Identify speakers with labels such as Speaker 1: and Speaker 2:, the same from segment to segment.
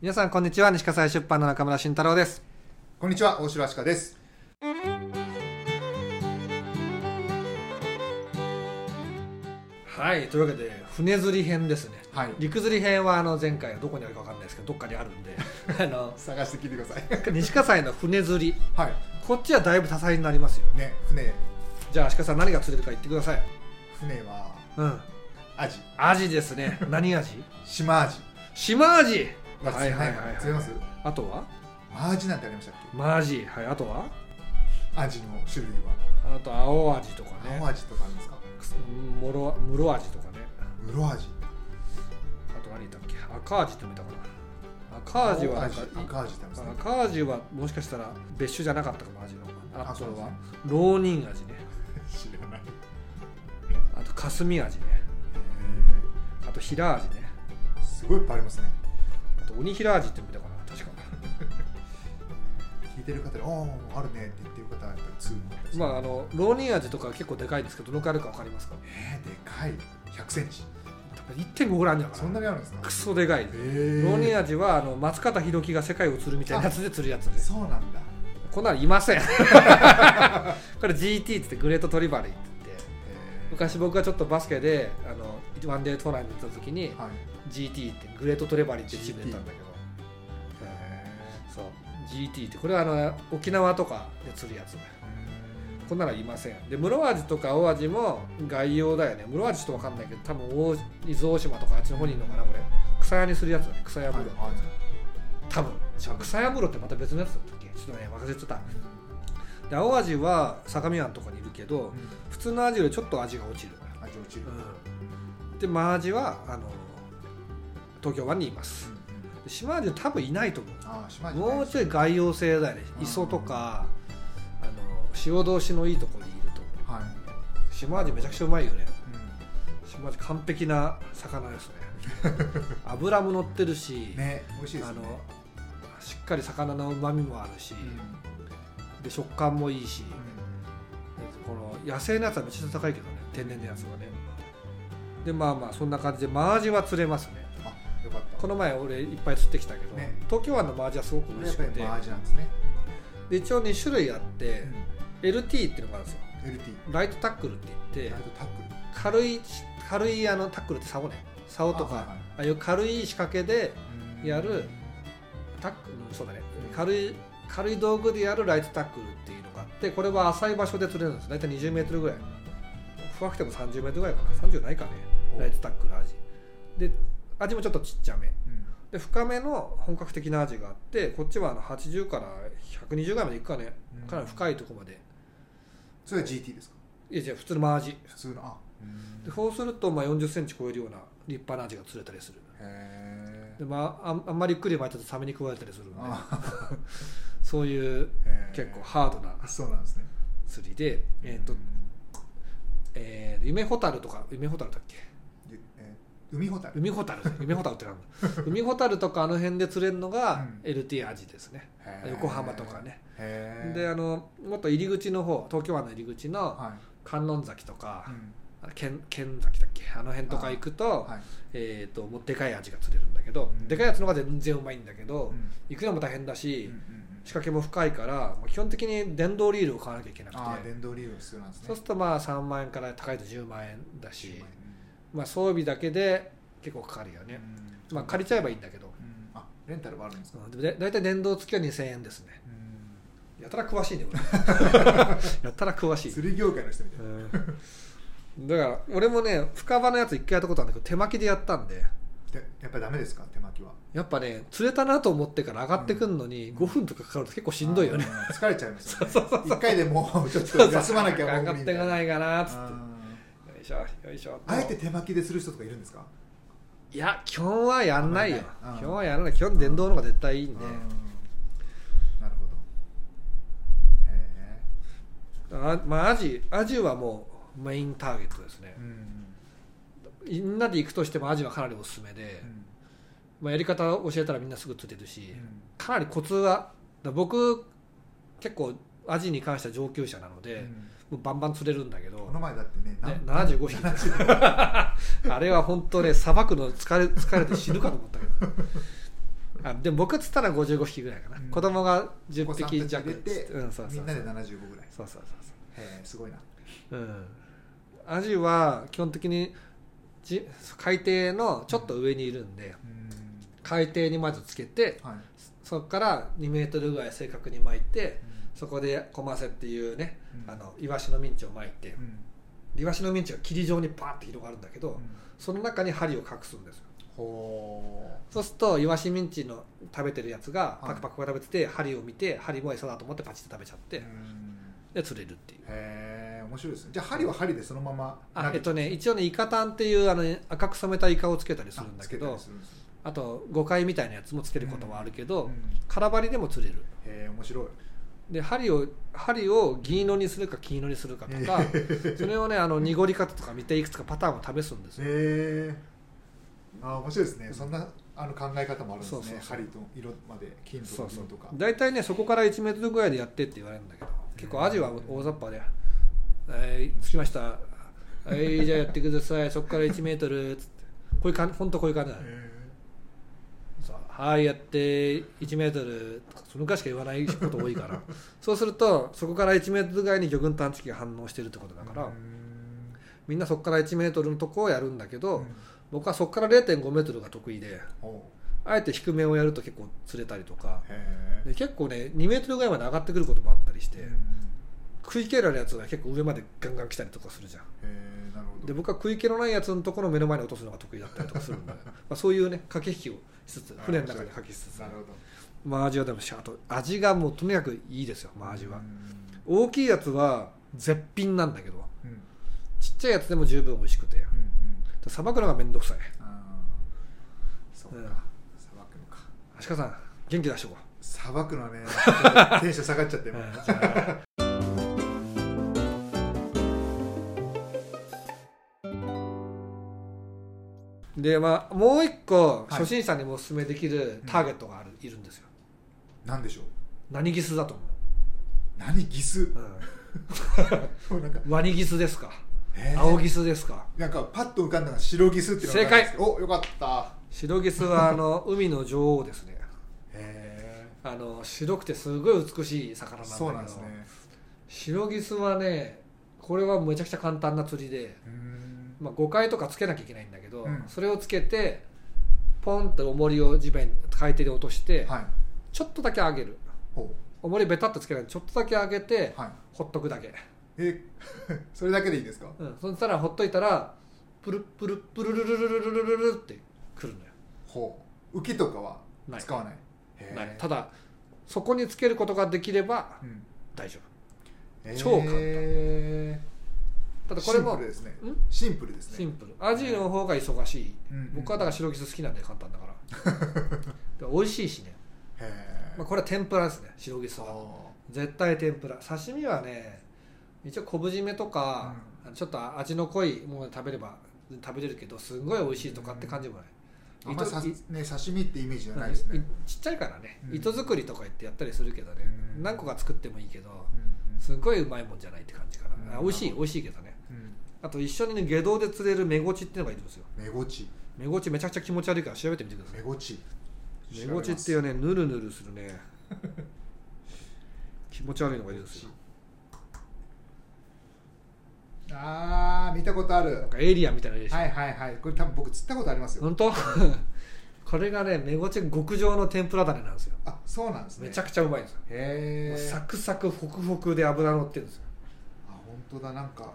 Speaker 1: 皆さんこんにちは西葛西出版の中村慎太郎です
Speaker 2: こんにちは、大城あしかです。
Speaker 1: はいというわけで船釣り編ですね
Speaker 2: はい
Speaker 1: 陸釣り編はあの前回はどこにあるかわかんないですけどどっかにあるん であの
Speaker 2: 探して聞いてください。
Speaker 1: 西葛西の船釣り
Speaker 2: はい。
Speaker 1: こっちはだいぶ多彩になりますよ
Speaker 2: ね、船、
Speaker 1: じゃあ足利さん何が釣れるか言ってください
Speaker 2: 船は
Speaker 1: うん
Speaker 2: アジ、
Speaker 1: アジですね 何アジ
Speaker 2: シマアジ
Speaker 1: 島アジ
Speaker 2: が釣れないから釣れます
Speaker 1: あとは
Speaker 2: マアジなんてありましたっ
Speaker 1: マアジはいあとは
Speaker 2: けアジの種類は。
Speaker 1: あと青アジとかね
Speaker 2: 青アジとかあるんですか
Speaker 1: もろムロアジとかね
Speaker 2: ムロアジ。
Speaker 1: あと何いたっけ赤アジって見たかな赤アジはなんか
Speaker 2: 青アジ赤アジってありますね。
Speaker 1: 赤アジはもしかしたら別種じゃなかったかもアジのあ
Speaker 2: あ
Speaker 1: と
Speaker 2: そうです
Speaker 1: は
Speaker 2: ね
Speaker 1: 浪人味ね
Speaker 2: 知らない。
Speaker 1: あと霞味ね
Speaker 2: へ
Speaker 1: あと平味ね
Speaker 2: ーすごいいっぱいありますね。
Speaker 1: あと鬼平味って見たかな確か
Speaker 2: 聞いてる方で、おー、あるねって言ってる方はやっぱり通の方ですね
Speaker 1: まああの浪人味とか結構でかいんですけどどのくらいあるか分かりますか
Speaker 2: えー、でかい。100センチ。
Speaker 1: 多分1.5ぐらいあるんじゃないか
Speaker 2: そん
Speaker 1: な
Speaker 2: なにあるんですか
Speaker 1: クソでかい
Speaker 2: え
Speaker 1: 浪人
Speaker 2: ー。
Speaker 1: 味はあの松方弘樹が世界を釣るみたいなやつで釣るやつです
Speaker 2: そうなんだ。
Speaker 1: こんなのいませんこれ GT って言ってグレートトリバリーって言って
Speaker 2: え
Speaker 1: 昔僕がちょっとバスケであのワンデートーナメントに行った時に
Speaker 2: ーはい。
Speaker 1: GT ってグレートトレバリーってチームだったんだけど、
Speaker 2: へ
Speaker 1: そう GT ってこれはあの沖縄とかで釣るやつ
Speaker 2: ーうん
Speaker 1: こんなのいませんで室アジとか大アジも外洋だよね室アジちょっと分かんないけど多分大伊豆大島とかあっちの方にいるのかなこれ草屋にするやつだね草屋
Speaker 2: は
Speaker 1: 室
Speaker 2: い
Speaker 1: って、
Speaker 2: はい
Speaker 1: 多分
Speaker 2: 多分
Speaker 1: 草屋室ってまた別のやつだったっけちょっとね忘れてたで青アジは相模湾とかにいるけど普通のアジよりちょっと味が落ちる、
Speaker 2: 味落ちる。
Speaker 1: うん、でマアジはあの東京湾にいますで島アジは多分いないと思う
Speaker 2: ああ、島じゃない
Speaker 1: もうちょい外洋性だよね
Speaker 2: うん
Speaker 1: 磯とかあの潮通しのいいところにいると思う
Speaker 2: はい。
Speaker 1: 島味めちゃくちゃうまいよね
Speaker 2: う
Speaker 1: 島味完璧な魚 ですね脂も乗ってるし、
Speaker 2: んね、美味しいで
Speaker 1: あ
Speaker 2: すね。
Speaker 1: のしっかり魚のうまみもあるし、
Speaker 2: うん
Speaker 1: で食感もいいし、
Speaker 2: う
Speaker 1: この野生のやつはめちゃくちゃ高いけどね天然のやつはねでまあまあそんな感じでマアジは釣れますね
Speaker 2: んあ、よかった。
Speaker 1: この前俺いっぱい釣ってきたけど、
Speaker 2: ね
Speaker 1: 東京湾のマアジはすごく美
Speaker 2: や
Speaker 1: 味
Speaker 2: っ
Speaker 1: し
Speaker 2: ぱ
Speaker 1: く
Speaker 2: り
Speaker 1: て
Speaker 2: マージなんですね。
Speaker 1: で一応2種類あって、LT っていうのがあるんですよ
Speaker 2: LT。
Speaker 1: ライトタックルって言っ
Speaker 2: ライ
Speaker 1: て
Speaker 2: トタックル。
Speaker 1: 軽い軽いあのタックルって竿ね竿とかあ,、
Speaker 2: あはいはい
Speaker 1: あいう軽い仕掛けで
Speaker 2: うん
Speaker 1: やるタックルそうだね軽い軽い道具でやるライトタックルっていうのがあってこれは浅い場所で釣れるんです大体2 0ルぐらい深くても3 0ルぐらいかな30ないかね
Speaker 2: お
Speaker 1: ライトタックルアジで味もちょっとちっちゃめ
Speaker 2: うん
Speaker 1: で深めの本格的なアジがあってこっちはあの80から120ぐらいまでいくかね
Speaker 2: うん
Speaker 1: かなり深いとこまで
Speaker 2: それは GT ですか
Speaker 1: いやじゃ普通のマアジ
Speaker 2: 普通の。あ、うん
Speaker 1: でそうするとまあ40センチ超えるような立派なアジが釣れたりする
Speaker 2: へ
Speaker 1: で、まあ、あんあんまりゆっくり巻いてるとサメに食われたりするんで そういう結構
Speaker 2: 構
Speaker 1: ハードな。
Speaker 2: そうなんですね。
Speaker 1: 釣りで、えーとえー、夢ホタルとか夢ホタルだっけ
Speaker 2: ゆえー海ホタル。
Speaker 1: 海ホタル夢ホタルってなん だ海ホタルとかあの辺で釣れるのが
Speaker 2: うん
Speaker 1: LT アジですね、
Speaker 2: へー
Speaker 1: 横浜とか。ね
Speaker 2: へー
Speaker 1: であのもっと入り口の方東京湾の入り口の
Speaker 2: は
Speaker 1: 観音崎とか
Speaker 2: い。う、ん
Speaker 1: 剣剣崎だっけあの辺とか行くと,、
Speaker 2: はい。
Speaker 1: えー、ともうでかいアジが釣れるんだけど、
Speaker 2: うん
Speaker 1: でかいやつの方が全然うまいんだけど、
Speaker 2: うん
Speaker 1: 行くのも大変だし、
Speaker 2: うんうんうん
Speaker 1: 仕掛けも深いからもう基本的に電動リールを買わなきゃいけなくて
Speaker 2: ああ、電動リール必要なんですね。
Speaker 1: そうするとまあ3万円から高いと10万円だし、
Speaker 2: う
Speaker 1: まあ、装備だけで結構かかるよ
Speaker 2: ん
Speaker 1: ね、まあ、借りちゃえばいいんだけど、
Speaker 2: うんあレンタルはあるんですか、
Speaker 1: うん、でもだ大体電動付きは2000円ですねやたら詳しいね 俺やたら詳しい、
Speaker 2: 釣り業界の人みたいな、
Speaker 1: うんだから俺もね深場のやつ一回やったことあるんだけど手巻きでやったんで
Speaker 2: でやっぱりダメですか手巻きは
Speaker 1: やっぱね釣れたなと思ってから上がってくるのに
Speaker 2: うん
Speaker 1: 5分とかかかると結構しんどいよね、
Speaker 2: あー疲れちゃいます よね一回でもうちょっと休まなきゃ
Speaker 1: 上
Speaker 2: もう
Speaker 1: がっていかないかなっつっ
Speaker 2: あ
Speaker 1: てよいしょよいしょ
Speaker 2: ーあえて手巻きでする人とかいるんですか
Speaker 1: いや基本はやんないよ、
Speaker 2: あんまりないうん
Speaker 1: 基本はやらない基本電動の方が絶対いいんで、
Speaker 2: うんなるほどへ
Speaker 1: あまあアジアジはもうメインターゲットですね
Speaker 2: え、うん
Speaker 1: みんなで行くとしてもアジはかなりおすすめで、まあ、やり方を教えたらみんなすぐ釣れるし、
Speaker 2: うん
Speaker 1: かなりコツはだから僕結構アジに関しては上級者なので、
Speaker 2: うん
Speaker 1: もうバンバン釣れるんだけ
Speaker 2: こ
Speaker 1: ど、
Speaker 2: の前だってねな
Speaker 1: ね、75匹 あれは本当ねさばくの疲れ疲れて死ぬかと思ったけどあでも僕っつったら55匹ぐらいかな、
Speaker 2: うん
Speaker 1: 子供が10
Speaker 2: お子さんたち
Speaker 1: 匹弱
Speaker 2: 入れて
Speaker 1: うん、そうそうそう
Speaker 2: みんなで75ぐらい
Speaker 1: そうそうそうそう
Speaker 2: へえすごいな
Speaker 1: うん、アジは基本的にじ海底のちょっと上にいるんで
Speaker 2: うん
Speaker 1: 海底にまずつけて
Speaker 2: はい、
Speaker 1: そこから2メートルぐらい正確に巻いて
Speaker 2: う
Speaker 1: そこでコマセっていうね、
Speaker 2: うん
Speaker 1: あのイワシのミンチを巻いて
Speaker 2: んうん
Speaker 1: イワシのミンチが霧状にパーって広がるんだけど、
Speaker 2: うん
Speaker 1: その中に針を隠すんですよ
Speaker 2: ほ
Speaker 1: そうするとイワシミンチの食べてるやつが
Speaker 2: はい
Speaker 1: パクパク食べてて針を見て針も餌だと思ってパチッと食べちゃっ
Speaker 2: う
Speaker 1: て
Speaker 2: うん
Speaker 1: で釣れるっていう
Speaker 2: へえ面白いですねじゃあ針は針でそのまま
Speaker 1: あ
Speaker 2: 投
Speaker 1: え
Speaker 2: げ
Speaker 1: ってとね一応ねイカタンっていうあの赤く染めたイカをつけたりす
Speaker 2: あ
Speaker 1: るんだ
Speaker 2: つ
Speaker 1: け
Speaker 2: けた
Speaker 1: ど
Speaker 2: りするんですね
Speaker 1: あと誤解みたいなやつもつけることはあるけど、
Speaker 2: うん
Speaker 1: 空張りでも釣れる
Speaker 2: へえ面白い
Speaker 1: で針を針を銀色にするか黄色にするかと かそれをねあの濁り方とか見ていくつかパターンを試すんですよ、
Speaker 2: へえあ面白いですねそんなあの考え方もあるんです
Speaker 1: そ
Speaker 2: ね
Speaker 1: うそうそう
Speaker 2: 針と色まで金と
Speaker 1: そ
Speaker 2: か
Speaker 1: うそう
Speaker 2: 銀とか
Speaker 1: 大体ねそこから1メートルぐらいでやってって言われるんだけど結構アジは大雑把で「はい着きましたはいじゃあやってくださいそこ から1メートル」つってこういう感じ本当こういう感じなの
Speaker 2: へ
Speaker 1: そうはいやって1メートルとかそのぐらいしか言わないこと多いから そうするとそこから1メートルぐらいに魚群探知機が反応してるってこと
Speaker 2: え
Speaker 1: だから、
Speaker 2: うん
Speaker 1: みんなそこから1メートルのとこをやるんだけど、
Speaker 2: うん
Speaker 1: 僕はそこから0.5メートルが得意で
Speaker 2: ほ
Speaker 1: あえて低めをやると結構釣れたりとか
Speaker 2: うへえ
Speaker 1: で結構ね2メートルぐらいまで上がってくることもあったりして、
Speaker 2: うん
Speaker 1: 食い切れるやつが結構上までガンガン来たりとかするじゃん
Speaker 2: へえなるほど
Speaker 1: で僕は食い気のないやつのところの目の前に落とすのが得意だったりとかするん で、まあ、そういうね駆け引きをしつつ
Speaker 2: あ
Speaker 1: 船の中に駆け引きしつつ
Speaker 2: なるほど
Speaker 1: マージはでもシャート味がもうとにかくいいですよマージは
Speaker 2: うん、
Speaker 1: 大きいやつは絶品なんだけど
Speaker 2: うんうん
Speaker 1: ちっちゃいやつでも十分美味しくて
Speaker 2: うん
Speaker 1: さばくのがめんどくさい
Speaker 2: あーそう
Speaker 1: うん
Speaker 2: かさばくのか
Speaker 1: 足利さん元気出してこ
Speaker 2: さばくのは ねちょっとテンション下がっちゃってもう
Speaker 1: うん
Speaker 2: じゃ
Speaker 1: うでまあもう一個
Speaker 2: い
Speaker 1: 初心者にもおすすめできるターゲットがある、いるんですよ
Speaker 2: あ何でしょう
Speaker 1: 何ギスだと思
Speaker 2: 何ギス
Speaker 1: う、
Speaker 2: もうなんか
Speaker 1: うん、ワニギスですか
Speaker 2: えー
Speaker 1: 青ギスですか
Speaker 2: なんかパッと浮かんだのが白ギスっていうのがあるんですけどおよかった
Speaker 1: 白ギスはあの海の女王ですね
Speaker 2: へ
Speaker 1: あの白くてすごい美しい魚なん
Speaker 2: え
Speaker 1: だけど
Speaker 2: そうなんですね
Speaker 1: 白ギスはねこれはめちゃくちゃ簡単な釣りで、
Speaker 2: うーん
Speaker 1: まあ、5回とかつけなきゃいけないんだけど、
Speaker 2: うん
Speaker 1: それをつけてポンと重りを地面海底で落として、
Speaker 2: はい
Speaker 1: ちょっとだけ上げる
Speaker 2: ほ
Speaker 1: 重りベタっとつけないでちょっとだけ上げて、
Speaker 2: うはい
Speaker 1: ほっとくだけ、
Speaker 2: え それだけでいいですか
Speaker 1: うん、そしたらほっといたらプルプルプルルルルルルルルルってくるのよ
Speaker 2: ほう浮きとかは
Speaker 1: ない
Speaker 2: 使わないへえ
Speaker 1: ないただそこにつけることができれば
Speaker 2: うん
Speaker 1: 大丈夫超簡単
Speaker 2: へえ
Speaker 1: ただこ
Speaker 2: シ
Speaker 1: れ
Speaker 2: ンプ
Speaker 1: も
Speaker 2: ルですね
Speaker 1: ん
Speaker 2: シンプルです
Speaker 1: シ
Speaker 2: ね
Speaker 1: ンプルアジの方が忙しい、
Speaker 2: うんうん
Speaker 1: 僕はだから白キス好きなんで簡単だから で美味しいしね、
Speaker 2: へえ
Speaker 1: まあ、これは天ぷらですね白キスは
Speaker 2: そ
Speaker 1: 絶対天ぷら刺身はね一応昆布締めとか、ちょっと味の濃いもので食べれば食べれるけどすごい美味しいとかって感じもない、
Speaker 2: うあんまさ
Speaker 1: 糸い
Speaker 2: ね刺身ってイメージじゃ
Speaker 1: は
Speaker 2: ない
Speaker 1: い
Speaker 2: ですね
Speaker 1: ちっちゃいからね、
Speaker 2: うん
Speaker 1: 糸作りとか言ってやったりするけどね、
Speaker 2: うん
Speaker 1: 何個か作ってもいいけど
Speaker 2: うんうん
Speaker 1: すごいうまいもんじゃないって感じかな、
Speaker 2: うん
Speaker 1: あ美味しい美味しいけどね
Speaker 2: うん
Speaker 1: あと一緒にね下道で釣れるメゴチっていうのがいるんですよ
Speaker 2: 目ごち
Speaker 1: メゴチめちゃくちゃ気持ち悪いから調べてみてくださ
Speaker 2: 目
Speaker 1: い
Speaker 2: ごち
Speaker 1: メゴチっていうねヌルヌルする ね気持ち悪いのがいるんですよ
Speaker 2: ああ見たことある
Speaker 1: なんかエイリアンみたいなのいるでしょ、
Speaker 2: はいはいはいこれ多分僕釣ったことありますよ
Speaker 1: 本当 これがねメゴチ極上の天ぷら種なんですよ
Speaker 2: あそうなんですね
Speaker 1: めちゃくちゃうまいんですよ、
Speaker 2: へえ
Speaker 1: サ
Speaker 2: あ
Speaker 1: クサクホクホクで油乗ってるんですよ
Speaker 2: 本当だなんか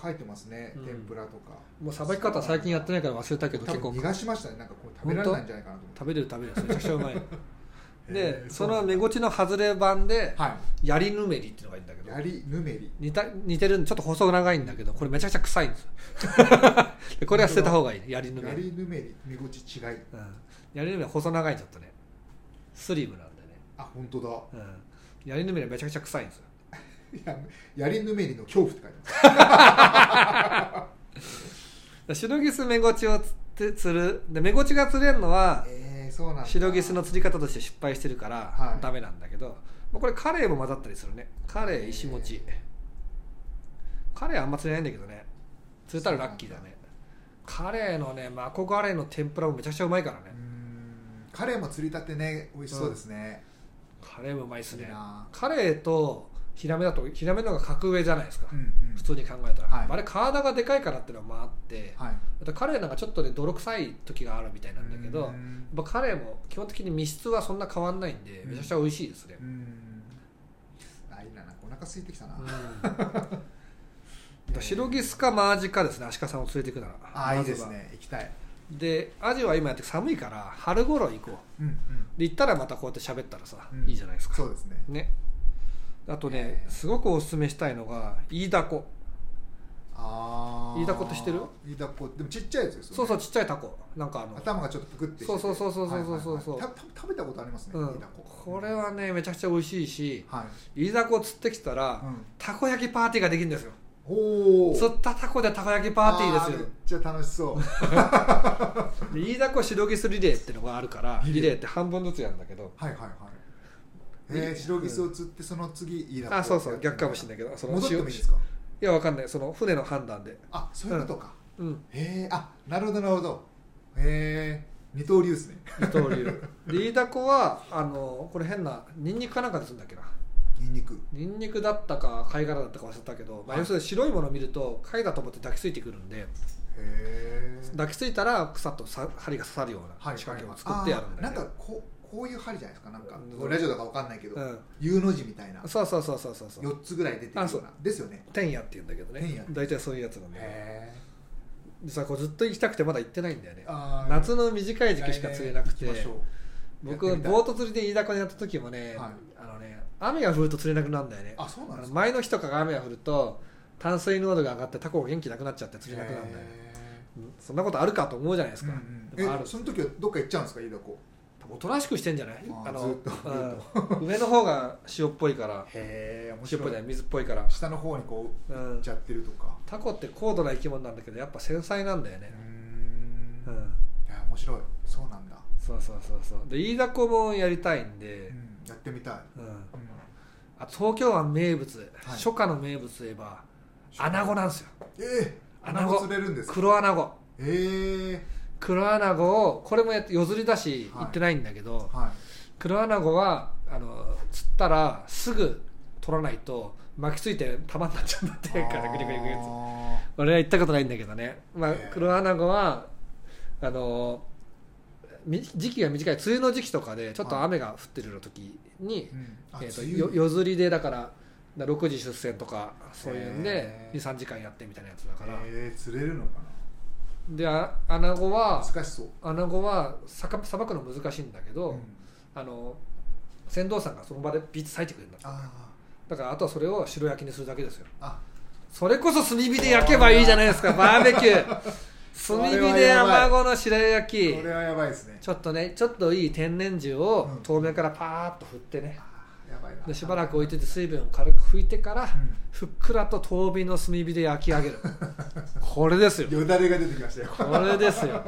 Speaker 2: 書いてますね、
Speaker 1: うん
Speaker 2: 天ぷらとか
Speaker 1: もうさばき方最近やってないから忘れたけど
Speaker 2: 多
Speaker 1: 結
Speaker 2: 分
Speaker 1: 構
Speaker 2: 逃がしましたねなんかこれ食べられないんじゃないかなと思って
Speaker 1: 食べれる食べれるめちゃくちゃうま い
Speaker 2: へ
Speaker 1: で
Speaker 2: ー
Speaker 1: そう
Speaker 2: な
Speaker 1: の
Speaker 2: ん
Speaker 1: 目
Speaker 2: だ
Speaker 1: ごちの外れ版で
Speaker 2: は
Speaker 1: ヤリヌメリっていうのがいるんだけ
Speaker 2: い
Speaker 1: ど
Speaker 2: やりぬめり
Speaker 1: 似た似てるんちょっと細長いんだけどこれめちゃくちゃ臭いん ですよでこれは捨てた方がいいヤリヌメ
Speaker 2: や
Speaker 1: リ
Speaker 2: りぬめり目ごち違い
Speaker 1: うんヤリヌメリ細長いちょっとねスリムなんでね、
Speaker 2: あ本当だ
Speaker 1: う ん、ヤリヌメリはめちゃくちゃ臭いんですよ
Speaker 2: いややりぬめりの恐怖って書いて ます
Speaker 1: 白ギスメゴチをつって釣るでメゴチが釣れるのは
Speaker 2: えー、そうなんだ
Speaker 1: 白ギスの釣り方として失敗してるから
Speaker 2: はい
Speaker 1: ダメなんだけど、まあ、これカレイも混ざったりするねカレイ石餅
Speaker 2: へ
Speaker 1: カレイあんま釣れないんだけどね釣れたらラッキーだねカレイのねマコガレイの天ぷらもめちゃくちゃうまいから
Speaker 2: うー
Speaker 1: ね
Speaker 2: んカレーも釣りたてね美味しそうですね、
Speaker 1: カレーもうまいっす
Speaker 2: いい
Speaker 1: ね
Speaker 2: な
Speaker 1: カレーとヒラメだとヒラメの方が格上じゃないですか、
Speaker 2: うんうん
Speaker 1: 普通に考えたら、
Speaker 2: はい
Speaker 1: あれ体がでかいからっていうのもあって、
Speaker 2: はい
Speaker 1: あとカレーなんかちょっとね泥臭い時があるみたいなんだけど、
Speaker 2: う
Speaker 1: や
Speaker 2: ん
Speaker 1: っぱカレーも基本的に身質はそんな変わんないんで
Speaker 2: うん
Speaker 1: めちゃくちゃ美味しいですね
Speaker 2: う、んあいいななんかお腹空いてきたな、
Speaker 1: うん 白ギスかマージかですね足利さんを連れていくなら
Speaker 2: ああいいです
Speaker 1: まずは
Speaker 2: ね行きたい
Speaker 1: でアジは今やって寒いから春頃行こう
Speaker 2: うんうん
Speaker 1: で行ったらまたこうやって喋ったらさ、
Speaker 2: うん
Speaker 1: いいじゃないですか
Speaker 2: そうですね
Speaker 1: ねあとね
Speaker 2: えー
Speaker 1: すごくおすすめしたいのがイイダコ
Speaker 2: ああ
Speaker 1: イイダコって知ってる
Speaker 2: イイダコでもちっちゃいやつですよ、ね、
Speaker 1: そうそうちっちゃいタコなんかあの
Speaker 2: 頭がちょっとぷくってしてて
Speaker 1: そうそうそうそうそうそうそう
Speaker 2: はいはいはいたた食べたことありますね、
Speaker 1: うん
Speaker 2: イイダコ
Speaker 1: これはねめちゃくちゃ美味しいし
Speaker 2: はい、
Speaker 1: イイダコを釣ってきたら、
Speaker 2: うん、
Speaker 1: たこ焼きパーティーができるんですよ
Speaker 2: おお
Speaker 1: 釣ったタコでたこ焼きパーティーです
Speaker 2: め
Speaker 1: よ
Speaker 2: っちゃ楽し そう
Speaker 1: でイイダコ白ギスリレーってのがあるから
Speaker 2: リレ
Speaker 1: リ
Speaker 2: ー
Speaker 1: レーって半分ずつやるんだけど
Speaker 2: はいはいはいえー、白ギスを釣ってその次イイダコ
Speaker 1: あそうそう逆かもしれ
Speaker 2: な
Speaker 1: な
Speaker 2: い
Speaker 1: いけどその
Speaker 2: 戻ってもいい
Speaker 1: い
Speaker 2: ですか
Speaker 1: やわかんないその船の判断で
Speaker 2: あそういうことか、
Speaker 1: うん
Speaker 2: へえあなるほどなるほどへえ二刀流ですね
Speaker 1: 二刀流でイイダコはあのこれ変なニンニクかなんかでするんだっけな
Speaker 2: ニンニク
Speaker 1: ニンニクだったか貝殻だったか忘れたけど、まあ、
Speaker 2: はい
Speaker 1: 要するに白いものを見ると貝だと思って抱きついてくるんで
Speaker 2: へえ
Speaker 1: 抱きついたら草とさ針が刺さるような仕掛けを作ってやるんだよ
Speaker 2: あー
Speaker 1: ね
Speaker 2: なんかこうこういう針じゃないですかなんか、
Speaker 1: うん
Speaker 2: ラジオだかわかんないけど、
Speaker 1: う、
Speaker 2: U の字みたいなん
Speaker 1: そうそうそうそうそうそう
Speaker 2: 四つぐらい出てるよ
Speaker 1: あそうう
Speaker 2: なですよね
Speaker 1: 天野って言うんだけど
Speaker 2: 天野
Speaker 1: ね大体そういうやつなんで
Speaker 2: へ
Speaker 1: 実はこうずっと行きたくてまだ行ってないんだよね
Speaker 2: えあー
Speaker 1: 夏の短い時期しか釣れなくて
Speaker 2: 来年行きましょう
Speaker 1: 僕
Speaker 2: やってみたい
Speaker 1: ボート釣りで飯田湖にやった時もね、
Speaker 2: はい
Speaker 1: あのね雨が降ると釣れなくなるんだよね
Speaker 2: あそうなんですか
Speaker 1: 前の日とかが雨が降ると炭水濃度が上がってタコが元気なくなっちゃって釣れなくなるんだよねう
Speaker 2: へ
Speaker 1: んそんなことあるかと思うじゃないで
Speaker 2: ー
Speaker 1: すか、
Speaker 2: うん
Speaker 1: で
Speaker 2: う
Speaker 1: も
Speaker 2: ん
Speaker 1: あ
Speaker 2: え
Speaker 1: る
Speaker 2: その時はどっか行っちゃうんですか飯田湖
Speaker 1: おとなしくしてんじゃない
Speaker 2: あー
Speaker 1: あ
Speaker 2: ず
Speaker 1: の
Speaker 2: っと
Speaker 1: うん上の方が塩っぽいから
Speaker 2: へえ面
Speaker 1: 塩っぽいね水っぽいから、
Speaker 2: 下の方にこう
Speaker 1: う
Speaker 2: 行
Speaker 1: ん
Speaker 2: っち、ゃってるとか
Speaker 1: タコって高度な生き物なんだけどやっぱ繊細なんだよ
Speaker 2: う
Speaker 1: ね
Speaker 2: ー
Speaker 1: うんん
Speaker 2: いや面白いそうなんだ、
Speaker 1: そうそうそうそうで飯田湖もやりたいん
Speaker 2: う
Speaker 1: で、
Speaker 2: ん、やってみたい、
Speaker 1: うん
Speaker 2: うん、
Speaker 1: あ東京湾名物、
Speaker 2: い
Speaker 1: 初夏の名物といえばアナゴなんですよ
Speaker 2: ええ
Speaker 1: ア
Speaker 2: ア
Speaker 1: ナ
Speaker 2: ナ
Speaker 1: ゴ
Speaker 2: ゴ釣れるんですか
Speaker 1: 黒アナゴ
Speaker 2: ええ
Speaker 1: 黒アナゴをこれもやって夜釣りだし、
Speaker 2: はい
Speaker 1: 行ってないんだけど
Speaker 2: はい
Speaker 1: 黒アナゴはあの釣ったらすぐ取らないと巻きついて玉になっちゃうんだってからグリグリグリって俺は行ったことないんだけどね、まあ
Speaker 2: ええ、
Speaker 1: 黒アナゴはあのみ時期が短い梅雨の時期とかでちょっと雨が降ってる時に、
Speaker 2: あー
Speaker 1: えー、と
Speaker 2: うん
Speaker 1: よ
Speaker 2: あ梅雨
Speaker 1: 夜釣りでだからだ6時出船とかそういうんで
Speaker 2: へえ
Speaker 1: 23時間やってみたいなやつだから、
Speaker 2: ええ釣れるのか
Speaker 1: であアナゴは
Speaker 2: な難しそう、
Speaker 1: アナゴはさかさばくの難しいんだけど、
Speaker 2: うん
Speaker 1: あの船頭さんがその場でビーチ裂いてくれるんだ
Speaker 2: あ
Speaker 1: だからあとはそれを白焼きにするだけですよ
Speaker 2: ーあ
Speaker 1: それこそ炭火で焼けばいいじゃないです かバーベキュー炭火で卵の白焼き
Speaker 2: これはやばいですね
Speaker 1: ちょっとねちょっといい天然樹を
Speaker 2: うん
Speaker 1: 透明からパーッと振ってね
Speaker 2: あーやばいな
Speaker 1: でしばらく置いてて水分を軽く拭いてから、
Speaker 2: ん
Speaker 1: ふっくらと遠火の炭火で焼き上げ るこれですよ
Speaker 2: よだれが出てきましたよ
Speaker 1: これですよ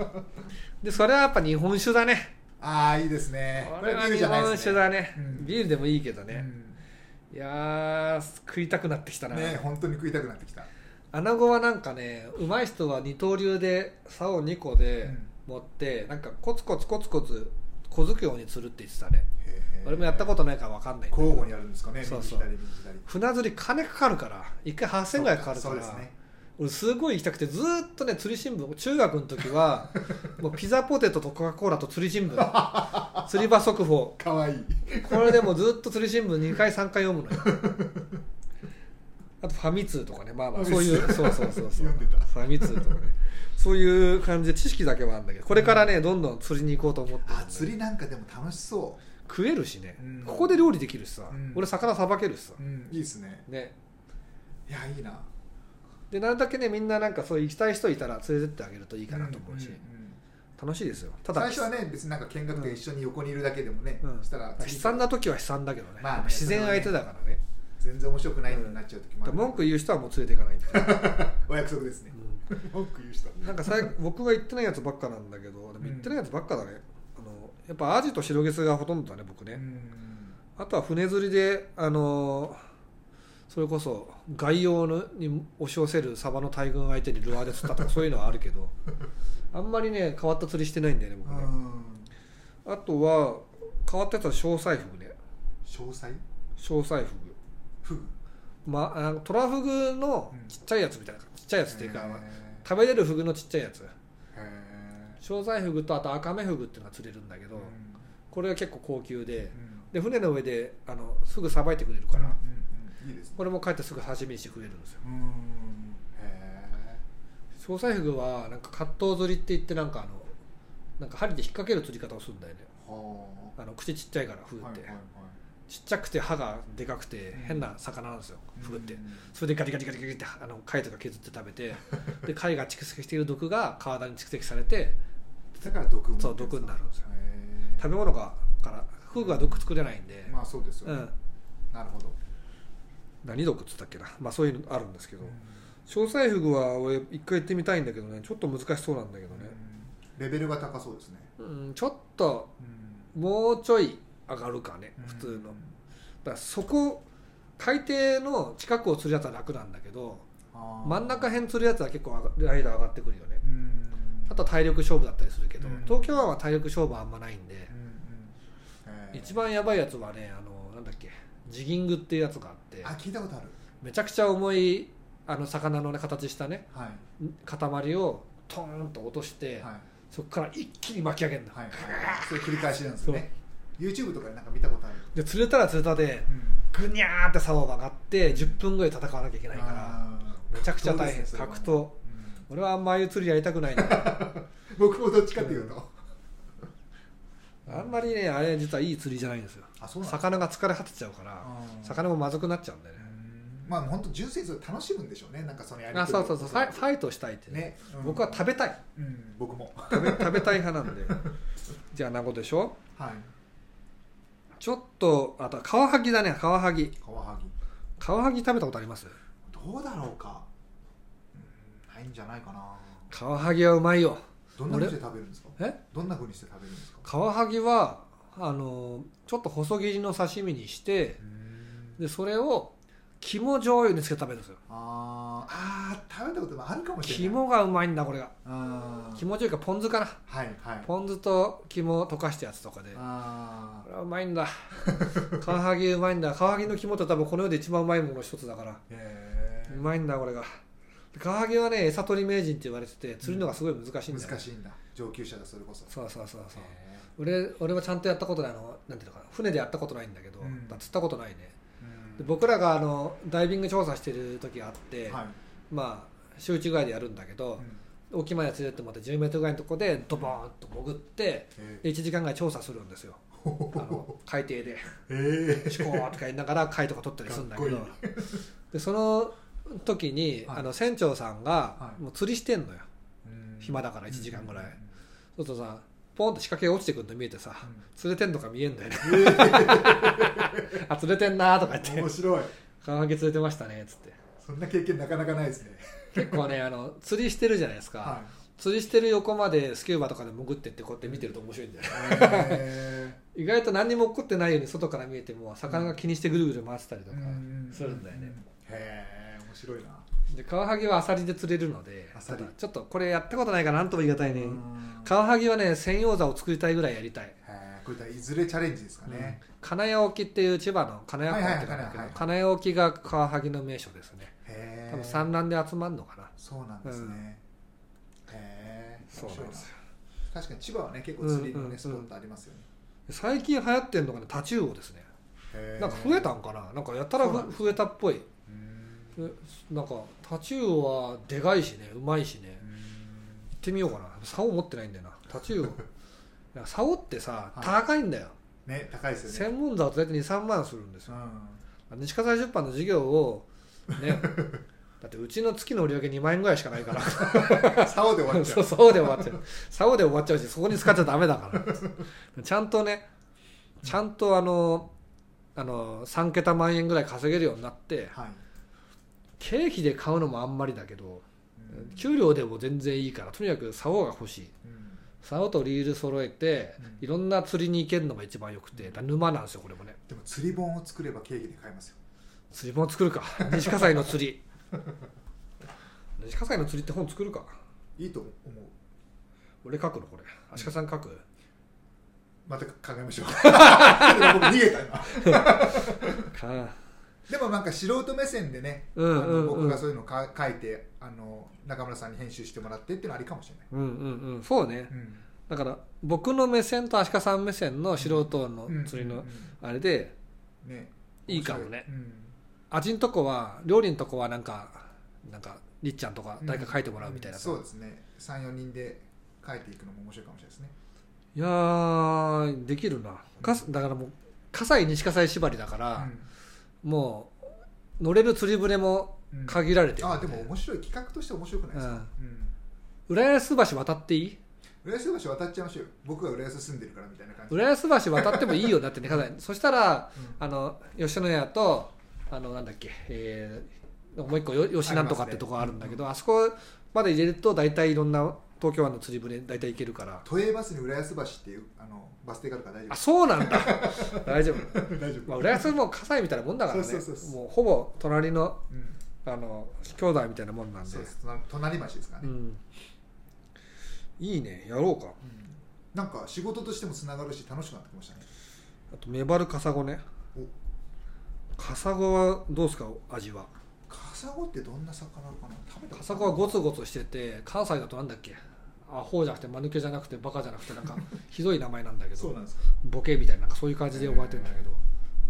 Speaker 1: でそれはやっぱ日本酒だね
Speaker 2: ああいいですね
Speaker 1: これは
Speaker 2: ビール
Speaker 1: 日
Speaker 2: じゃない
Speaker 1: 本
Speaker 2: です
Speaker 1: 酒
Speaker 2: ね
Speaker 1: だね
Speaker 2: うん
Speaker 1: ビールでもいいけど
Speaker 2: う
Speaker 1: ね、
Speaker 2: ん
Speaker 1: いやー食いたくなってきたな、
Speaker 2: ね本当に食いたくなってきた
Speaker 1: アナゴはなんかねうまい人は二刀流で竿2個で
Speaker 2: うん
Speaker 1: 持って、なんかコツコツコツコツ小づくように釣るって言ってたね、俺もやったこととないから分かんないんだけど
Speaker 2: 交互にやるんですかね
Speaker 1: そ
Speaker 2: 右
Speaker 1: うそう
Speaker 2: 左右左
Speaker 1: 船釣り金かかるから1回8000円ぐらいかかるか
Speaker 2: そう
Speaker 1: ら
Speaker 2: ですね
Speaker 1: 俺すごい行きたくてずーっとね釣り新聞中学の時 はもうピザポテトとコカ・コーラと釣り新聞釣り場速報
Speaker 2: かわいい
Speaker 1: これでもうずっと釣り新聞2回3回読むのよ あとファミ通とかねまあまあ
Speaker 2: ファ
Speaker 1: そうい
Speaker 2: ミ通
Speaker 1: うそうそうそうそう
Speaker 2: 読んでた
Speaker 1: ファミ通とかねそういう感じで知識だけはあるんだけどこれからねどんどん釣りに行こうと思ってるん
Speaker 2: あ
Speaker 1: で
Speaker 2: 釣りなんかでも楽しそ
Speaker 1: 食えるしね、
Speaker 2: うん
Speaker 1: ここで料理できるしさ、
Speaker 2: うん
Speaker 1: 俺魚さばけるしさ、
Speaker 2: う、うん、いいですね
Speaker 1: ね
Speaker 2: いやいいな
Speaker 1: でなるだけねみんななんかそういう行きたい人いたら連れてってあげるといい
Speaker 2: い
Speaker 1: かなと思うし、
Speaker 2: ん
Speaker 1: 楽しいですよた
Speaker 2: 最
Speaker 1: だ
Speaker 2: 初はね別になんか見学で一緒に横にいるだけでもね、
Speaker 1: うん
Speaker 2: したら
Speaker 1: 悲惨な時は悲惨だけどね,、
Speaker 2: まあね
Speaker 1: 自然相手だからね
Speaker 2: 全然面白くないになっちゃう時もある、
Speaker 1: 文句言う人はもう連れていかないんだ よ、
Speaker 2: お約束ですね文句言う人
Speaker 1: うんなんかさい僕が言ってないやつばっかなんだけどでも言ってないやつばっかだね、あのやっぱアジと白ゲスがほとんどだね僕ね、
Speaker 2: うん
Speaker 1: あとは船釣りであのーそれこそ外洋のに押し寄せるサバの大群相手にルアーで 釣ったとかそういうのはあるけどあんまりね変わった釣りしてないんだよね僕ね
Speaker 2: うん
Speaker 1: あとは変わったやつは小細フグね
Speaker 2: 詳細
Speaker 1: 小細フグ
Speaker 2: フグ
Speaker 1: まあの、トラフグの
Speaker 2: うん
Speaker 1: ちっちゃいやつみたいな、ちっちゃいやつっていうか、
Speaker 2: へー
Speaker 1: 食べれるフグのちっちゃいやつ
Speaker 2: へ
Speaker 1: 小細フグとあと赤目フグっていうのが釣れるんだけ
Speaker 2: ー
Speaker 1: ど、
Speaker 2: うん
Speaker 1: これは結構高級で
Speaker 2: うん
Speaker 1: で船の上であのすぐさばいてくれる
Speaker 2: う
Speaker 1: か
Speaker 2: ん
Speaker 1: ら、
Speaker 2: うんうんいいですね
Speaker 1: これも帰ってすぐ刺身にしてくれるんですよ
Speaker 2: うんへ
Speaker 1: 小細フグはなんかカット釣りって言ってなんかあのなんか針で引っ掛ける釣り方をするんだよね
Speaker 2: ーは
Speaker 1: あの口ちっちゃいからフグ
Speaker 2: あ
Speaker 1: って、
Speaker 2: はいはいはい
Speaker 1: ちっちゃくて歯がでかくて
Speaker 2: うん
Speaker 1: 変な魚なんですよ、フグって
Speaker 2: うん
Speaker 1: それでガリガリガリガリってあの貝とか削って食べ てで貝が蓄積している毒が体に蓄積されて
Speaker 2: だから毒になる
Speaker 1: そう毒になるんですよ
Speaker 2: へー
Speaker 1: 食べ物がからフグは毒作れないんで、
Speaker 2: まあそうですよ
Speaker 1: う
Speaker 2: ね
Speaker 1: ん、
Speaker 2: なるほど
Speaker 1: 何毒っつったっけな、まあ、そういうのあるんですけど、
Speaker 2: うん
Speaker 1: 詳細フグは俺一回行ってみたいんだけどねちょっと難しそうなんだけどね、
Speaker 2: レベルが高そうですね
Speaker 1: うん、ちょっともうちょい上がるかね普通の、だからそこ海底の近くを釣るやつは楽なんだけど真ん中
Speaker 2: へ
Speaker 1: 辺釣るやつは結構上がライダー上がってくるよね
Speaker 2: うん
Speaker 1: あとは体力勝負だったりするけど、
Speaker 2: うん
Speaker 1: 東京湾は体力勝負はあんまないんで、
Speaker 2: うんうんへー
Speaker 1: 一番やばいやつはねあのなんだっけジギングっていうやつがあって
Speaker 2: あ聞いたことある
Speaker 1: めちゃくちゃ重いあの魚の、ね、形したね
Speaker 2: はい
Speaker 1: 塊をトーンと落として、
Speaker 2: はい
Speaker 1: そこから一気に巻き上げるんだ、
Speaker 2: はいはいそれ繰り返しなんですよね YouTube とかでなんか見たことある
Speaker 1: で釣れたら釣れたでぐにゃーって竿が上がって10分ぐらい戦わなきゃいけないからめちゃくちゃ大変です格闘俺はあんまああいう釣りやりたく ないな
Speaker 2: 僕もどっちかっていうと
Speaker 1: あんまりねあれ実はいい釣りじゃないんですよ
Speaker 2: あそうなんだ
Speaker 1: 魚が疲れ果てちゃうから魚もまずくなっちゃうんだよね
Speaker 2: まあ本当純粋にそれ楽しむんでしょうねなんかそのやり
Speaker 1: あ
Speaker 2: とりを
Speaker 1: そうそうそうファイファイトしたいってね
Speaker 2: ね
Speaker 1: 僕は食べたい
Speaker 2: べ僕も
Speaker 1: 食べ 食べたい派なんでじゃあ名護でしょ
Speaker 2: はい
Speaker 1: ちょっとあとカワハギだねカワハギ
Speaker 2: カワハギ
Speaker 1: カワハギ食べたことあります
Speaker 2: どうだろうかうんないんじゃないかな
Speaker 1: カワハギはうまいよ
Speaker 2: どんなふうにして食べるんですか
Speaker 1: え
Speaker 2: どんなふうにして食べるんですか
Speaker 1: カワハギはあのちょっと細切りの刺身にしてでそれを肝醤油につけて食べるんですよ
Speaker 2: あーあー食べたこともあるかもしれない
Speaker 1: 肝がうまいんだこれが
Speaker 2: あー
Speaker 1: 肝醤油かポン酢かな
Speaker 2: はいはい
Speaker 1: ポン酢と肝を溶かしたやつとかで
Speaker 2: あ
Speaker 1: これはうまいん だカワハギうまいんだカワハギの肝って多分この世で一番うまいものの一つだから
Speaker 2: ーへ
Speaker 1: うまいんだこれがでカワハギはね餌取り名人って言われてて釣るのがすごい難しいんだよ、
Speaker 2: ー難しいんだ上級者だそれこそ
Speaker 1: そうそうそうそう
Speaker 2: へ
Speaker 1: 俺俺はちゃんとやったことないあのなんていうのかな船でやったことないんだけど、
Speaker 2: うん
Speaker 1: だから釣ったことないね
Speaker 2: ーうん
Speaker 1: で僕らがあのダイビング調査してる時があって、
Speaker 2: はい
Speaker 1: まあ週1ぐらいでやるんだけど、
Speaker 2: うん
Speaker 1: 沖まで連れてってもらって1 0ルぐらいのとこでドボーンと潜って
Speaker 2: へー
Speaker 1: 1時間ぐらい調査するんですよ
Speaker 2: ほ
Speaker 1: あ
Speaker 2: ほほ
Speaker 1: の海底で「
Speaker 2: え
Speaker 1: シコー」とか言いながら貝とか取ったりするんだけど
Speaker 2: かっこ
Speaker 1: でその時に、
Speaker 2: はい
Speaker 1: あの船長さんが
Speaker 2: はい
Speaker 1: もう釣りしてんのよ、 暇だから1時間ぐらいそうするとさポンって仕掛けが落ちてくるの見えてさ、
Speaker 2: ん
Speaker 1: 釣れてんのか見えんだよ ね
Speaker 2: え
Speaker 1: あ釣れてんなーとか
Speaker 2: ー
Speaker 1: 言っ
Speaker 2: 面
Speaker 1: て
Speaker 2: 白い
Speaker 1: 「カワハギ釣れてましたね」っつって
Speaker 2: そんな経験なかなかないですね
Speaker 1: 結構ねあの釣りしてるじゃないですか、
Speaker 2: はい
Speaker 1: 釣りしてる横までスキューバとかで潜ってってこうやって見てると面白いんだよね
Speaker 2: へ
Speaker 1: 意外と何にも起こってないように外から見えても魚が気にしてぐるぐる回ってたりとか
Speaker 2: ー
Speaker 1: するんだよね、
Speaker 2: へえ面白いな
Speaker 1: でカワハギはアサリで釣れるので
Speaker 2: アサ
Speaker 1: た
Speaker 2: リ
Speaker 1: だちょっとこれやったことないから何とも言い難いね
Speaker 2: うん
Speaker 1: カワハギはね専用座を作りたいぐらいやりたい、
Speaker 2: へーこれだいずれチャレンジですかね、
Speaker 1: 金谷沖っていう千葉の金谷港ってなんだけ
Speaker 2: はいはいはいは
Speaker 1: ど
Speaker 2: い
Speaker 1: 金谷沖がカワハギの名所ですね
Speaker 2: へえ
Speaker 1: 多分産卵で集まるのかな
Speaker 2: そうなんですね、へえ
Speaker 1: そうなんですよ
Speaker 2: 確かに千葉はね結構釣りのね、
Speaker 1: うんうんうん
Speaker 2: スポットありますよね
Speaker 1: 最近流行ってんのがねタチウオですね
Speaker 2: へー
Speaker 1: なんか増えたんかななんかやたら
Speaker 2: そう
Speaker 1: ふ
Speaker 2: なんです
Speaker 1: 増えたっぽい
Speaker 2: うん
Speaker 1: えなんかタチウオはでかいしねうまいしね
Speaker 2: うん
Speaker 1: 行ってみようかな竿持ってないんだよなタチウオ なんか竿ってさ
Speaker 2: はい
Speaker 1: 高いんだよ、
Speaker 2: ね高いですよね
Speaker 1: 専門竿って大体23万するんです
Speaker 2: う
Speaker 1: よ
Speaker 2: ん
Speaker 1: 西葛西出版の事業をね だってうちの月の売り上げ2万円ぐらいしかないから
Speaker 2: 竿で終わっち
Speaker 1: そ
Speaker 2: ゃ
Speaker 1: うう竿で終わっちゃう竿で終わっちゃうしそこに使っちゃダメだからちゃんとねちゃんとあのあの3桁万円ぐらい稼げるようになって
Speaker 2: はい、
Speaker 1: 経費で買うのもあんまりだけど
Speaker 2: うん
Speaker 1: 給料でも全然いいからとにかく竿が欲しい
Speaker 2: うん
Speaker 1: 竿とリール揃えて、
Speaker 2: うん
Speaker 1: いろんな釣りに行けるのが一番よくてだから沼なんですよこれもね
Speaker 2: でも釣り本を作れば経費で買えますよ
Speaker 1: 釣り本作る か西葛西の釣り西葛西の釣りって本作るか
Speaker 2: いいと思う
Speaker 1: 俺書くのこれ足利さん書く
Speaker 2: また考えま しょう僕逃げた今
Speaker 1: か
Speaker 2: でもなんか素人目線でね、
Speaker 1: うんうんうん
Speaker 2: あの僕がそういうのか書いてあの中村さんに編集してもらってっていうのはありかもしれない、
Speaker 1: うんうんうんそうね
Speaker 2: うん
Speaker 1: だから僕の目線と足利さん目線の素人の釣り
Speaker 2: うん
Speaker 1: の
Speaker 2: うん
Speaker 1: あれで
Speaker 2: うんね
Speaker 1: いいかもね
Speaker 2: 面白い
Speaker 1: 味んとこは料理んとこはなんかなんかりっちゃんとか
Speaker 2: うん
Speaker 1: 誰か書いてもらうみたいな、
Speaker 2: んそうですね34人で書いていくのも面白いかもしれないですね
Speaker 1: いやーできるなかすだからもう葛西西葛西縛りだから、もう乗れる釣り船も
Speaker 2: うんうん
Speaker 1: 限られてるん
Speaker 2: あでも面白い企画として面白くないですか、うん
Speaker 1: 浦安橋渡っていい
Speaker 2: 浦安橋渡っちゃいましょうよ僕が浦安住んでるからみたいな感じで
Speaker 1: 浦安橋渡ってもいいよだってね葛西そしたら
Speaker 2: うん
Speaker 1: あの吉野家とあのなんだっけ、えーもう一個よ吉なんとかってとこあるんだけどあ,、そこまで入れると大体いろんな東京湾の釣り船大体行けるから
Speaker 2: 都営バスに浦安橋っていうあのバス停があるから大丈
Speaker 1: あそうなんだ 大丈夫
Speaker 2: 夫大丈夫
Speaker 1: まあ浦安も葛西みたいなもんだからね
Speaker 2: そうそうそうそう
Speaker 1: もうほぼ隣の
Speaker 2: うん
Speaker 1: あの兄弟みたいなもんなんで
Speaker 2: そうです隣隣町ですから
Speaker 1: う
Speaker 2: ね、
Speaker 1: ん、いいねやろうか
Speaker 2: うんなんか仕事としてもつながるし楽しくなってきましたね
Speaker 1: あとメバルカサゴね
Speaker 2: お
Speaker 1: カサゴはどうですか味は
Speaker 2: カサゴってどんな魚かな食べたことない
Speaker 1: カサゴはゴツゴツしてて関西だとなんだっけアホじゃなくて間抜けじゃなくてバカじゃなくて なんかひどい名前なんだけ
Speaker 2: そう
Speaker 1: ど
Speaker 2: なんですか
Speaker 1: ボケみたいななんかそういう感じで呼ばれてるんだけど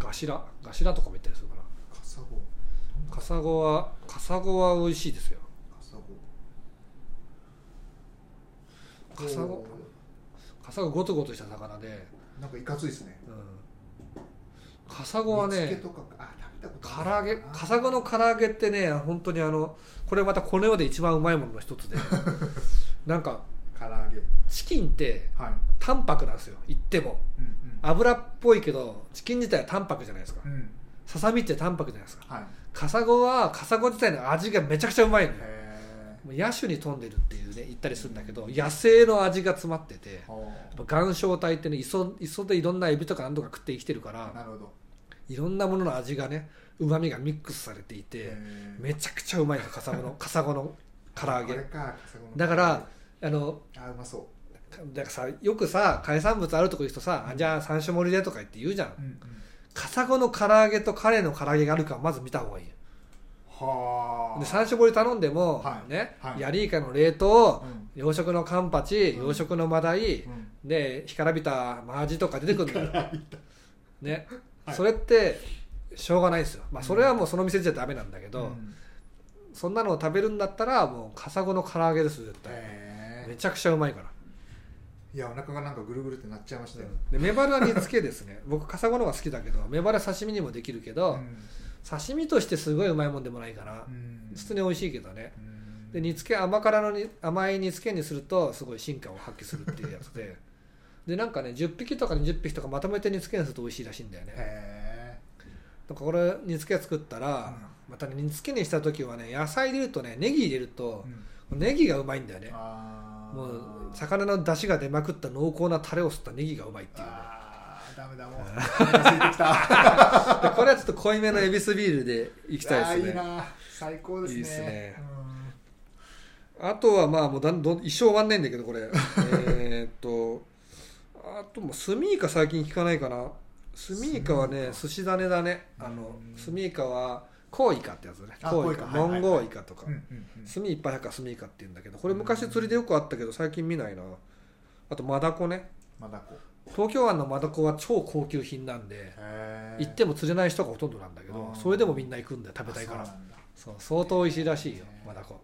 Speaker 1: ガシラガシラとかも言ったりするか
Speaker 2: カサゴ
Speaker 1: らカサゴはカサゴは美味しいですよ
Speaker 2: カサゴ
Speaker 1: カサゴカサゴゴツゴツした魚で、
Speaker 2: なんかいかついですね
Speaker 1: うん、カサゴは
Speaker 2: 煮付
Speaker 1: ね
Speaker 2: けとかあ食べたこと
Speaker 1: 唐
Speaker 2: な
Speaker 1: 揚
Speaker 2: い
Speaker 1: げ
Speaker 2: な
Speaker 1: カサゴの唐揚げってね本当にあのこれまたこの世で一番うまいものの一 つでなんか
Speaker 2: 唐揚げ
Speaker 1: チキンって
Speaker 2: はい
Speaker 1: 淡白なんですよ言っても
Speaker 2: うんうん
Speaker 1: 油っぽいけどチキン自体は淡白じゃないですか
Speaker 2: うん
Speaker 1: ささみって淡白じゃないですか
Speaker 2: はい
Speaker 1: カサゴはカサゴ自体の味がめちゃくちゃうまいのよ
Speaker 2: へ
Speaker 1: もう野手に富んでるっていうね言ったりするんだけど野生の味が詰まってて
Speaker 2: えは
Speaker 1: やっぱ岩礁帯ってね磯磯でいろんなエビとか何とか食って生きてるか
Speaker 2: あ
Speaker 1: ら
Speaker 2: なるほど
Speaker 1: いろんなものの味がねうまみがミックスされていて、
Speaker 2: へえ
Speaker 1: めちゃくちゃうまいのカサゴ のカサゴの唐揚
Speaker 2: これ
Speaker 1: げ
Speaker 2: かカサゴの唐揚げ
Speaker 1: だからあの
Speaker 2: あうまそ
Speaker 1: だからさよくさ海産物あるとこ行くとさ、あじゃあ三種盛りでとか言って言うじゃん
Speaker 2: う、うんうん、
Speaker 1: カサゴの唐揚げとカレーの唐揚げがあるからまず見た方がいいよ
Speaker 2: はあ
Speaker 1: で三種盛り頼んでも、
Speaker 2: はい
Speaker 1: ね
Speaker 2: はい
Speaker 1: ヤリイカの冷凍、
Speaker 2: うん
Speaker 1: 養殖のカンパチ
Speaker 2: うん
Speaker 1: 養殖のマダイ
Speaker 2: う、ん
Speaker 1: で干からびたマアジとか出てくるんだよ、ね
Speaker 2: はい
Speaker 1: それってしょうがないですよ、まあ、
Speaker 2: うん
Speaker 1: それはもうその店じゃダメなんだけど、
Speaker 2: うん
Speaker 1: そんなのを食べるんだったらもうカサゴの唐揚げですよ絶対、
Speaker 2: へ
Speaker 1: め
Speaker 2: え
Speaker 1: ちゃくちゃうまいから、
Speaker 2: いやお腹がなんかぐるぐるってなっちゃいましたよ、
Speaker 1: でメバルは煮付けですね 僕カサゴの方が好きだけどメバルは刺身にもできるけど、
Speaker 2: うん
Speaker 1: 刺身としてすごいうまいもんでもないかな、
Speaker 2: うん
Speaker 1: 普通に美味しいけどね
Speaker 2: うん
Speaker 1: で煮付け甘辛のに甘い煮付けにするとすごい進化を発揮するっていうやつ ででなんかね10匹とか20匹とかまとめて煮付けにすると美味しいらしいんだよね
Speaker 2: へ
Speaker 1: なんかこれ煮付け作ったら、またね煮付けにした時はね野菜入れるとねネギ入れる
Speaker 2: え、
Speaker 1: と
Speaker 2: う、ん
Speaker 1: ネギがうまいんだよね
Speaker 2: あー
Speaker 1: もう魚の出汁が出まくった濃厚なタレを吸ったネギがうまいっていうね
Speaker 2: あーダ メだもうお腹空いてきた
Speaker 1: でこれはちょっと濃いめのエビスビールでいきたいです
Speaker 2: あーいい
Speaker 1: ねあ
Speaker 2: な最高ですね
Speaker 1: いいっすね
Speaker 2: うん
Speaker 1: とはまあもうだんどん一生終わんねえんだけ どこれえーっとあともうスミイカ最近聞かないかなスミイカはね寿司種だねあの
Speaker 2: うん
Speaker 1: スミイカはコウイカってやつだね
Speaker 2: あ
Speaker 1: コウイ
Speaker 2: コウイ
Speaker 1: カ
Speaker 2: カ
Speaker 1: モンゴウイカとか
Speaker 2: うんうんうん
Speaker 1: 炭いっぱい入ったスミイカって言うんだけどこれ昔釣りでよくあったけど最近見ないなあとマダコね
Speaker 2: まだこう
Speaker 1: 東京湾のマダコは超高級品なんで
Speaker 2: へ
Speaker 1: 行っても釣れない人がほとんどなんだけど
Speaker 2: あー
Speaker 1: それでもみんな行くんだよ食べたいからそう相当美味しいらしいよ
Speaker 2: へー
Speaker 1: マダコ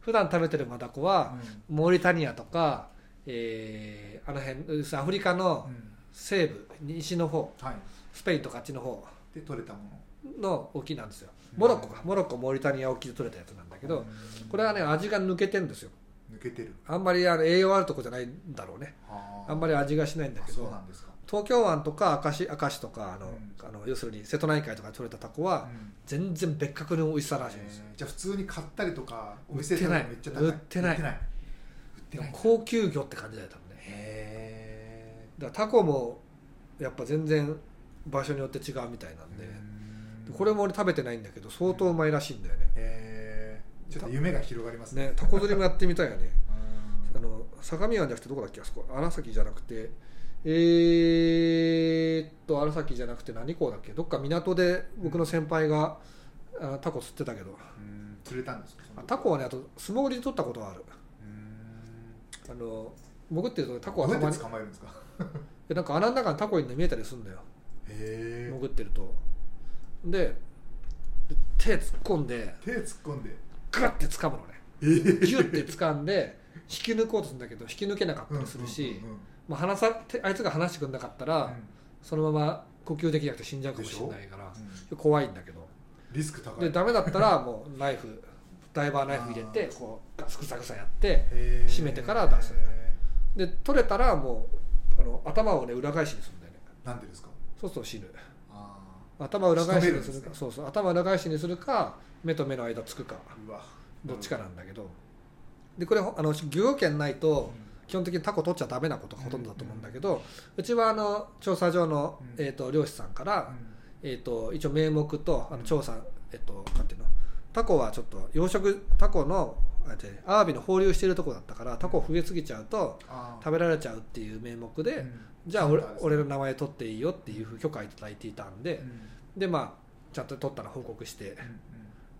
Speaker 1: 普段食べてるマダコは、モーリタニアとか、えーあの辺うんアフリカ
Speaker 2: ら
Speaker 1: の
Speaker 2: うんうん
Speaker 1: 西部西の方
Speaker 2: はい
Speaker 1: スペインとかあっちの方
Speaker 2: で取れたも
Speaker 1: の沖なんですよ
Speaker 2: うん
Speaker 1: モロッコかモロッコモーリタニア沖で取れたやつなんだけ
Speaker 2: の
Speaker 1: ど
Speaker 2: うん
Speaker 1: これはね味が抜けてんですよ
Speaker 2: 抜けてる
Speaker 1: あんまりあの栄養あるとこじゃないんだろうね
Speaker 2: あ
Speaker 1: あん
Speaker 2: ま
Speaker 1: まり味がしないんだけ
Speaker 2: そう
Speaker 1: ど
Speaker 2: なんですか
Speaker 1: 東京湾とか明石明石とかあの、
Speaker 2: うん
Speaker 1: あの要するに瀬戸内海とかで取れたタコは
Speaker 2: うん
Speaker 1: 全然別格の美味しさらしいんですよ
Speaker 2: へーじゃあ普通に買ったりとかお店
Speaker 1: 売って
Speaker 2: で
Speaker 1: ない
Speaker 2: めっちゃ高い
Speaker 1: 売ってない
Speaker 2: 売ってない売ってない
Speaker 1: 高級魚って感じだったもんね
Speaker 2: へ
Speaker 1: だからタコもやっぱ全然場所によって違うみたいなんで、
Speaker 2: え
Speaker 1: これも俺食べてないんだけど相当うまいらしいんだよね,、
Speaker 2: へえちょっと夢が広がりますね
Speaker 1: ねタコ釣りもやってみたいよね
Speaker 2: うん
Speaker 1: あの相模湾じゃなくてどこだっけあそこ荒崎じゃなくてえーっと荒崎じゃなくて何港だっけどっか港で僕の先輩が、あタコ釣ってたけど
Speaker 2: うん釣れたんですか
Speaker 1: あタコはねあと素潜りで取ったことはある
Speaker 2: うん
Speaker 1: あの潜ってるとタコ
Speaker 2: ど
Speaker 1: はた
Speaker 2: うや
Speaker 1: ま
Speaker 2: っ
Speaker 1: に
Speaker 2: て捕まえるんですか
Speaker 1: えなんか穴の中にタコいるの見えたりするんだよ
Speaker 2: へえ
Speaker 1: 潜ってるとでで手突っ込んで
Speaker 2: 手突っ込んで
Speaker 1: ガッて掴むのねギュッて掴んで引き抜こうとするんだけど引き抜けなかったりするし、
Speaker 2: うんうんうん
Speaker 1: まあ、話さてあいつが話してくれなかったら、
Speaker 2: うん
Speaker 1: そのまま呼吸できなくて死んじゃうかもしれないから
Speaker 2: う
Speaker 1: 怖いんだけど
Speaker 2: んリスク高い
Speaker 1: でダメだったらもうナイフダイバーナイフ入れて
Speaker 2: あー
Speaker 1: こうガサグサグサやって
Speaker 2: へー
Speaker 1: 閉めてから出すで取れたらもうあの頭をね裏返しにするんだよね
Speaker 2: なんでですか
Speaker 1: そうすると死ぬ
Speaker 2: あ
Speaker 1: 頭を裏返しにする
Speaker 2: 仕留めるんです
Speaker 1: か
Speaker 2: ね
Speaker 1: そうそう頭を裏返しにするか目と目の間つくか
Speaker 2: ーうわ
Speaker 1: どっちかなんだけどでこれあの漁業権ないと、
Speaker 2: う
Speaker 1: 基本的にタコ取っちゃダメなことがほとんどだと思うんだけど、うちはあの調査場の、
Speaker 2: うん
Speaker 1: えー、と漁師さんから、
Speaker 2: ん
Speaker 1: えー、と一応名目とあ
Speaker 2: う
Speaker 1: の
Speaker 2: ん
Speaker 1: 調査、えっとなんていうのタコはちょっと養殖タコのあ違うアワビの放流してるとこだったからタコ増えすぎちゃうと
Speaker 2: あー
Speaker 1: 食べられちゃうっていう名目で、
Speaker 2: うん
Speaker 1: じゃあ俺
Speaker 2: そうなんですね
Speaker 1: 俺の名前取っていいよっていうふうに許可いただいていたんで
Speaker 2: う、ん
Speaker 1: でまあちゃんと取ったら報告して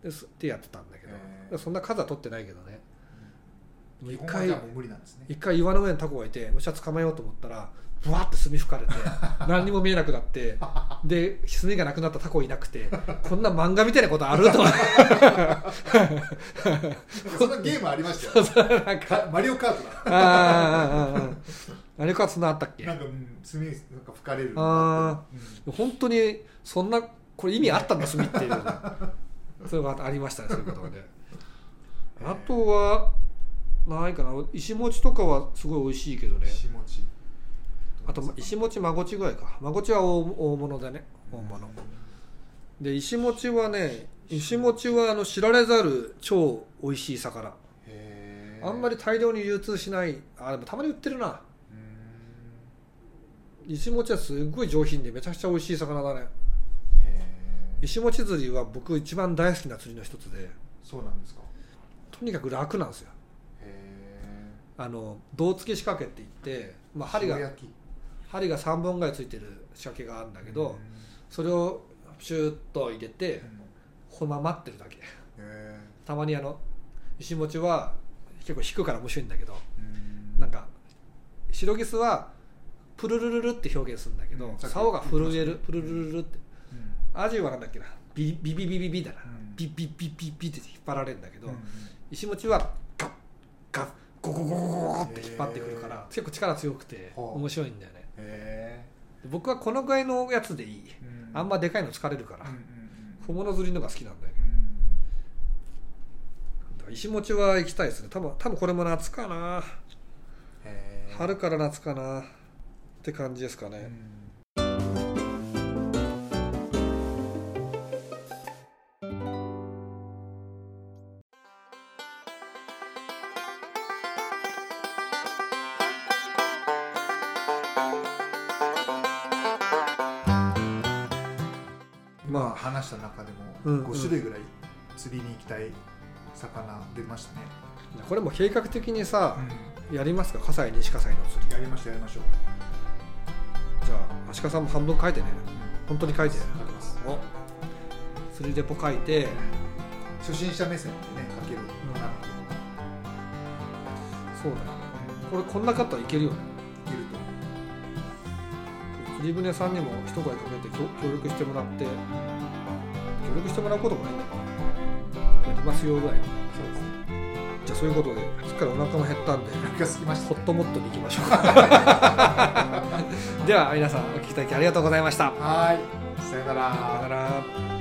Speaker 1: ですってやってたんだけど、
Speaker 2: へー
Speaker 1: そんな数は取ってないけどね
Speaker 2: うん
Speaker 1: もう
Speaker 2: 基
Speaker 1: 一
Speaker 2: 本は
Speaker 1: 回
Speaker 2: じゃあもう無理なんですね
Speaker 1: 一回岩の上にタコがいてむしゃ捕まえようと思ったらぶわって墨吹かれて何にも見えなくなってで墨がなくなったタコいなくてこんな漫画みたいなことあると思って
Speaker 2: なんかそんなゲームありましたよ
Speaker 1: なんか
Speaker 2: かマリオカートだ
Speaker 1: あーあーあーあーあれかそんなあったっけ
Speaker 2: なんかうん墨なんか吹かれる
Speaker 1: あ
Speaker 2: うん
Speaker 1: 本当にそんなこれ意味あったんだ墨っていうようなそれがありましたねそういうことがねあとはないかな石餅とかはすごい美味しいけどね
Speaker 2: 石持ち
Speaker 1: あと石餅まごちぐらいかまごちは大大物だね大物で石餅はね石餅はあの知られざる超美味しい魚
Speaker 2: へー
Speaker 1: あんまり大量に流通しないあでもたまに売ってるな
Speaker 2: うん
Speaker 1: 石餅はすごい上品でめちゃくちゃ美味しい魚だね
Speaker 2: へー
Speaker 1: 石餅釣りは僕一番大好きな釣りの一つで
Speaker 2: そうなんですか
Speaker 1: とにかく楽なんですよ
Speaker 2: へ
Speaker 1: あの胴付け仕掛けって言って、ま
Speaker 2: ー
Speaker 1: あ、針
Speaker 2: 塩
Speaker 1: が
Speaker 2: 焼き
Speaker 1: 針が3本ぐらいついてる仕掛けがあるんだけ
Speaker 2: う
Speaker 1: ど
Speaker 2: ん
Speaker 1: それをシューッと入れて
Speaker 2: うん
Speaker 1: このまま待ってるだけ
Speaker 2: へ
Speaker 1: たまにあの石餅は結構引くから面白いんだけど
Speaker 2: ーうん
Speaker 1: なんか白ギスはプルルルルって表現するんだけど、
Speaker 2: うん
Speaker 1: 竿が震えるプルルルルって
Speaker 2: うん
Speaker 1: アジはなんだっけなビビビビビビだな、
Speaker 2: うん
Speaker 1: ビビビビビって引っ張られるんだけど、
Speaker 2: うん
Speaker 1: 石持ちはガッガッゴゴゴゴゴゴって引っ張ってくるから結構力強くて
Speaker 2: はあ
Speaker 1: 面白いんだよね
Speaker 2: へ
Speaker 1: 僕はこのぐらいのやつでいい
Speaker 2: ーう
Speaker 1: あんまでかいの疲れるから
Speaker 2: うんうん
Speaker 1: 小物釣りのが好きなんだよね
Speaker 2: う
Speaker 1: だから石持ちは行きたいですね多分多分これも夏かなん
Speaker 2: へー
Speaker 1: 春から夏かなって感じですかね、
Speaker 2: うん
Speaker 1: まあ
Speaker 2: 話した中で
Speaker 1: うんうん
Speaker 2: も5種類ぐらい釣りに行きたい魚出ましたね、
Speaker 1: これも計画的にさ、やりますか葛西西葛西の釣り
Speaker 2: やりましょうやりましょう
Speaker 1: じゃあ足利さんも半分書いてね本当に書いて
Speaker 2: 書きます
Speaker 1: お釣りレポ書いて
Speaker 2: 初心者目線でねかけるかなっていうのが
Speaker 1: そうだよこれこんな方いけるよね
Speaker 2: いると思
Speaker 1: 釣り船さんにも一声かけて協協力してもらって協力してもらうこともないんだからやりますよぐらいじ
Speaker 2: うそうですね
Speaker 1: ゃあそういうことですっかりお腹も減ったんで
Speaker 2: お腹が空きました
Speaker 1: ホ
Speaker 2: ね
Speaker 1: ットモットに行きましょう かでは皆さんお聞きいただきありがとうございました
Speaker 2: はーいさよなら
Speaker 1: さよなら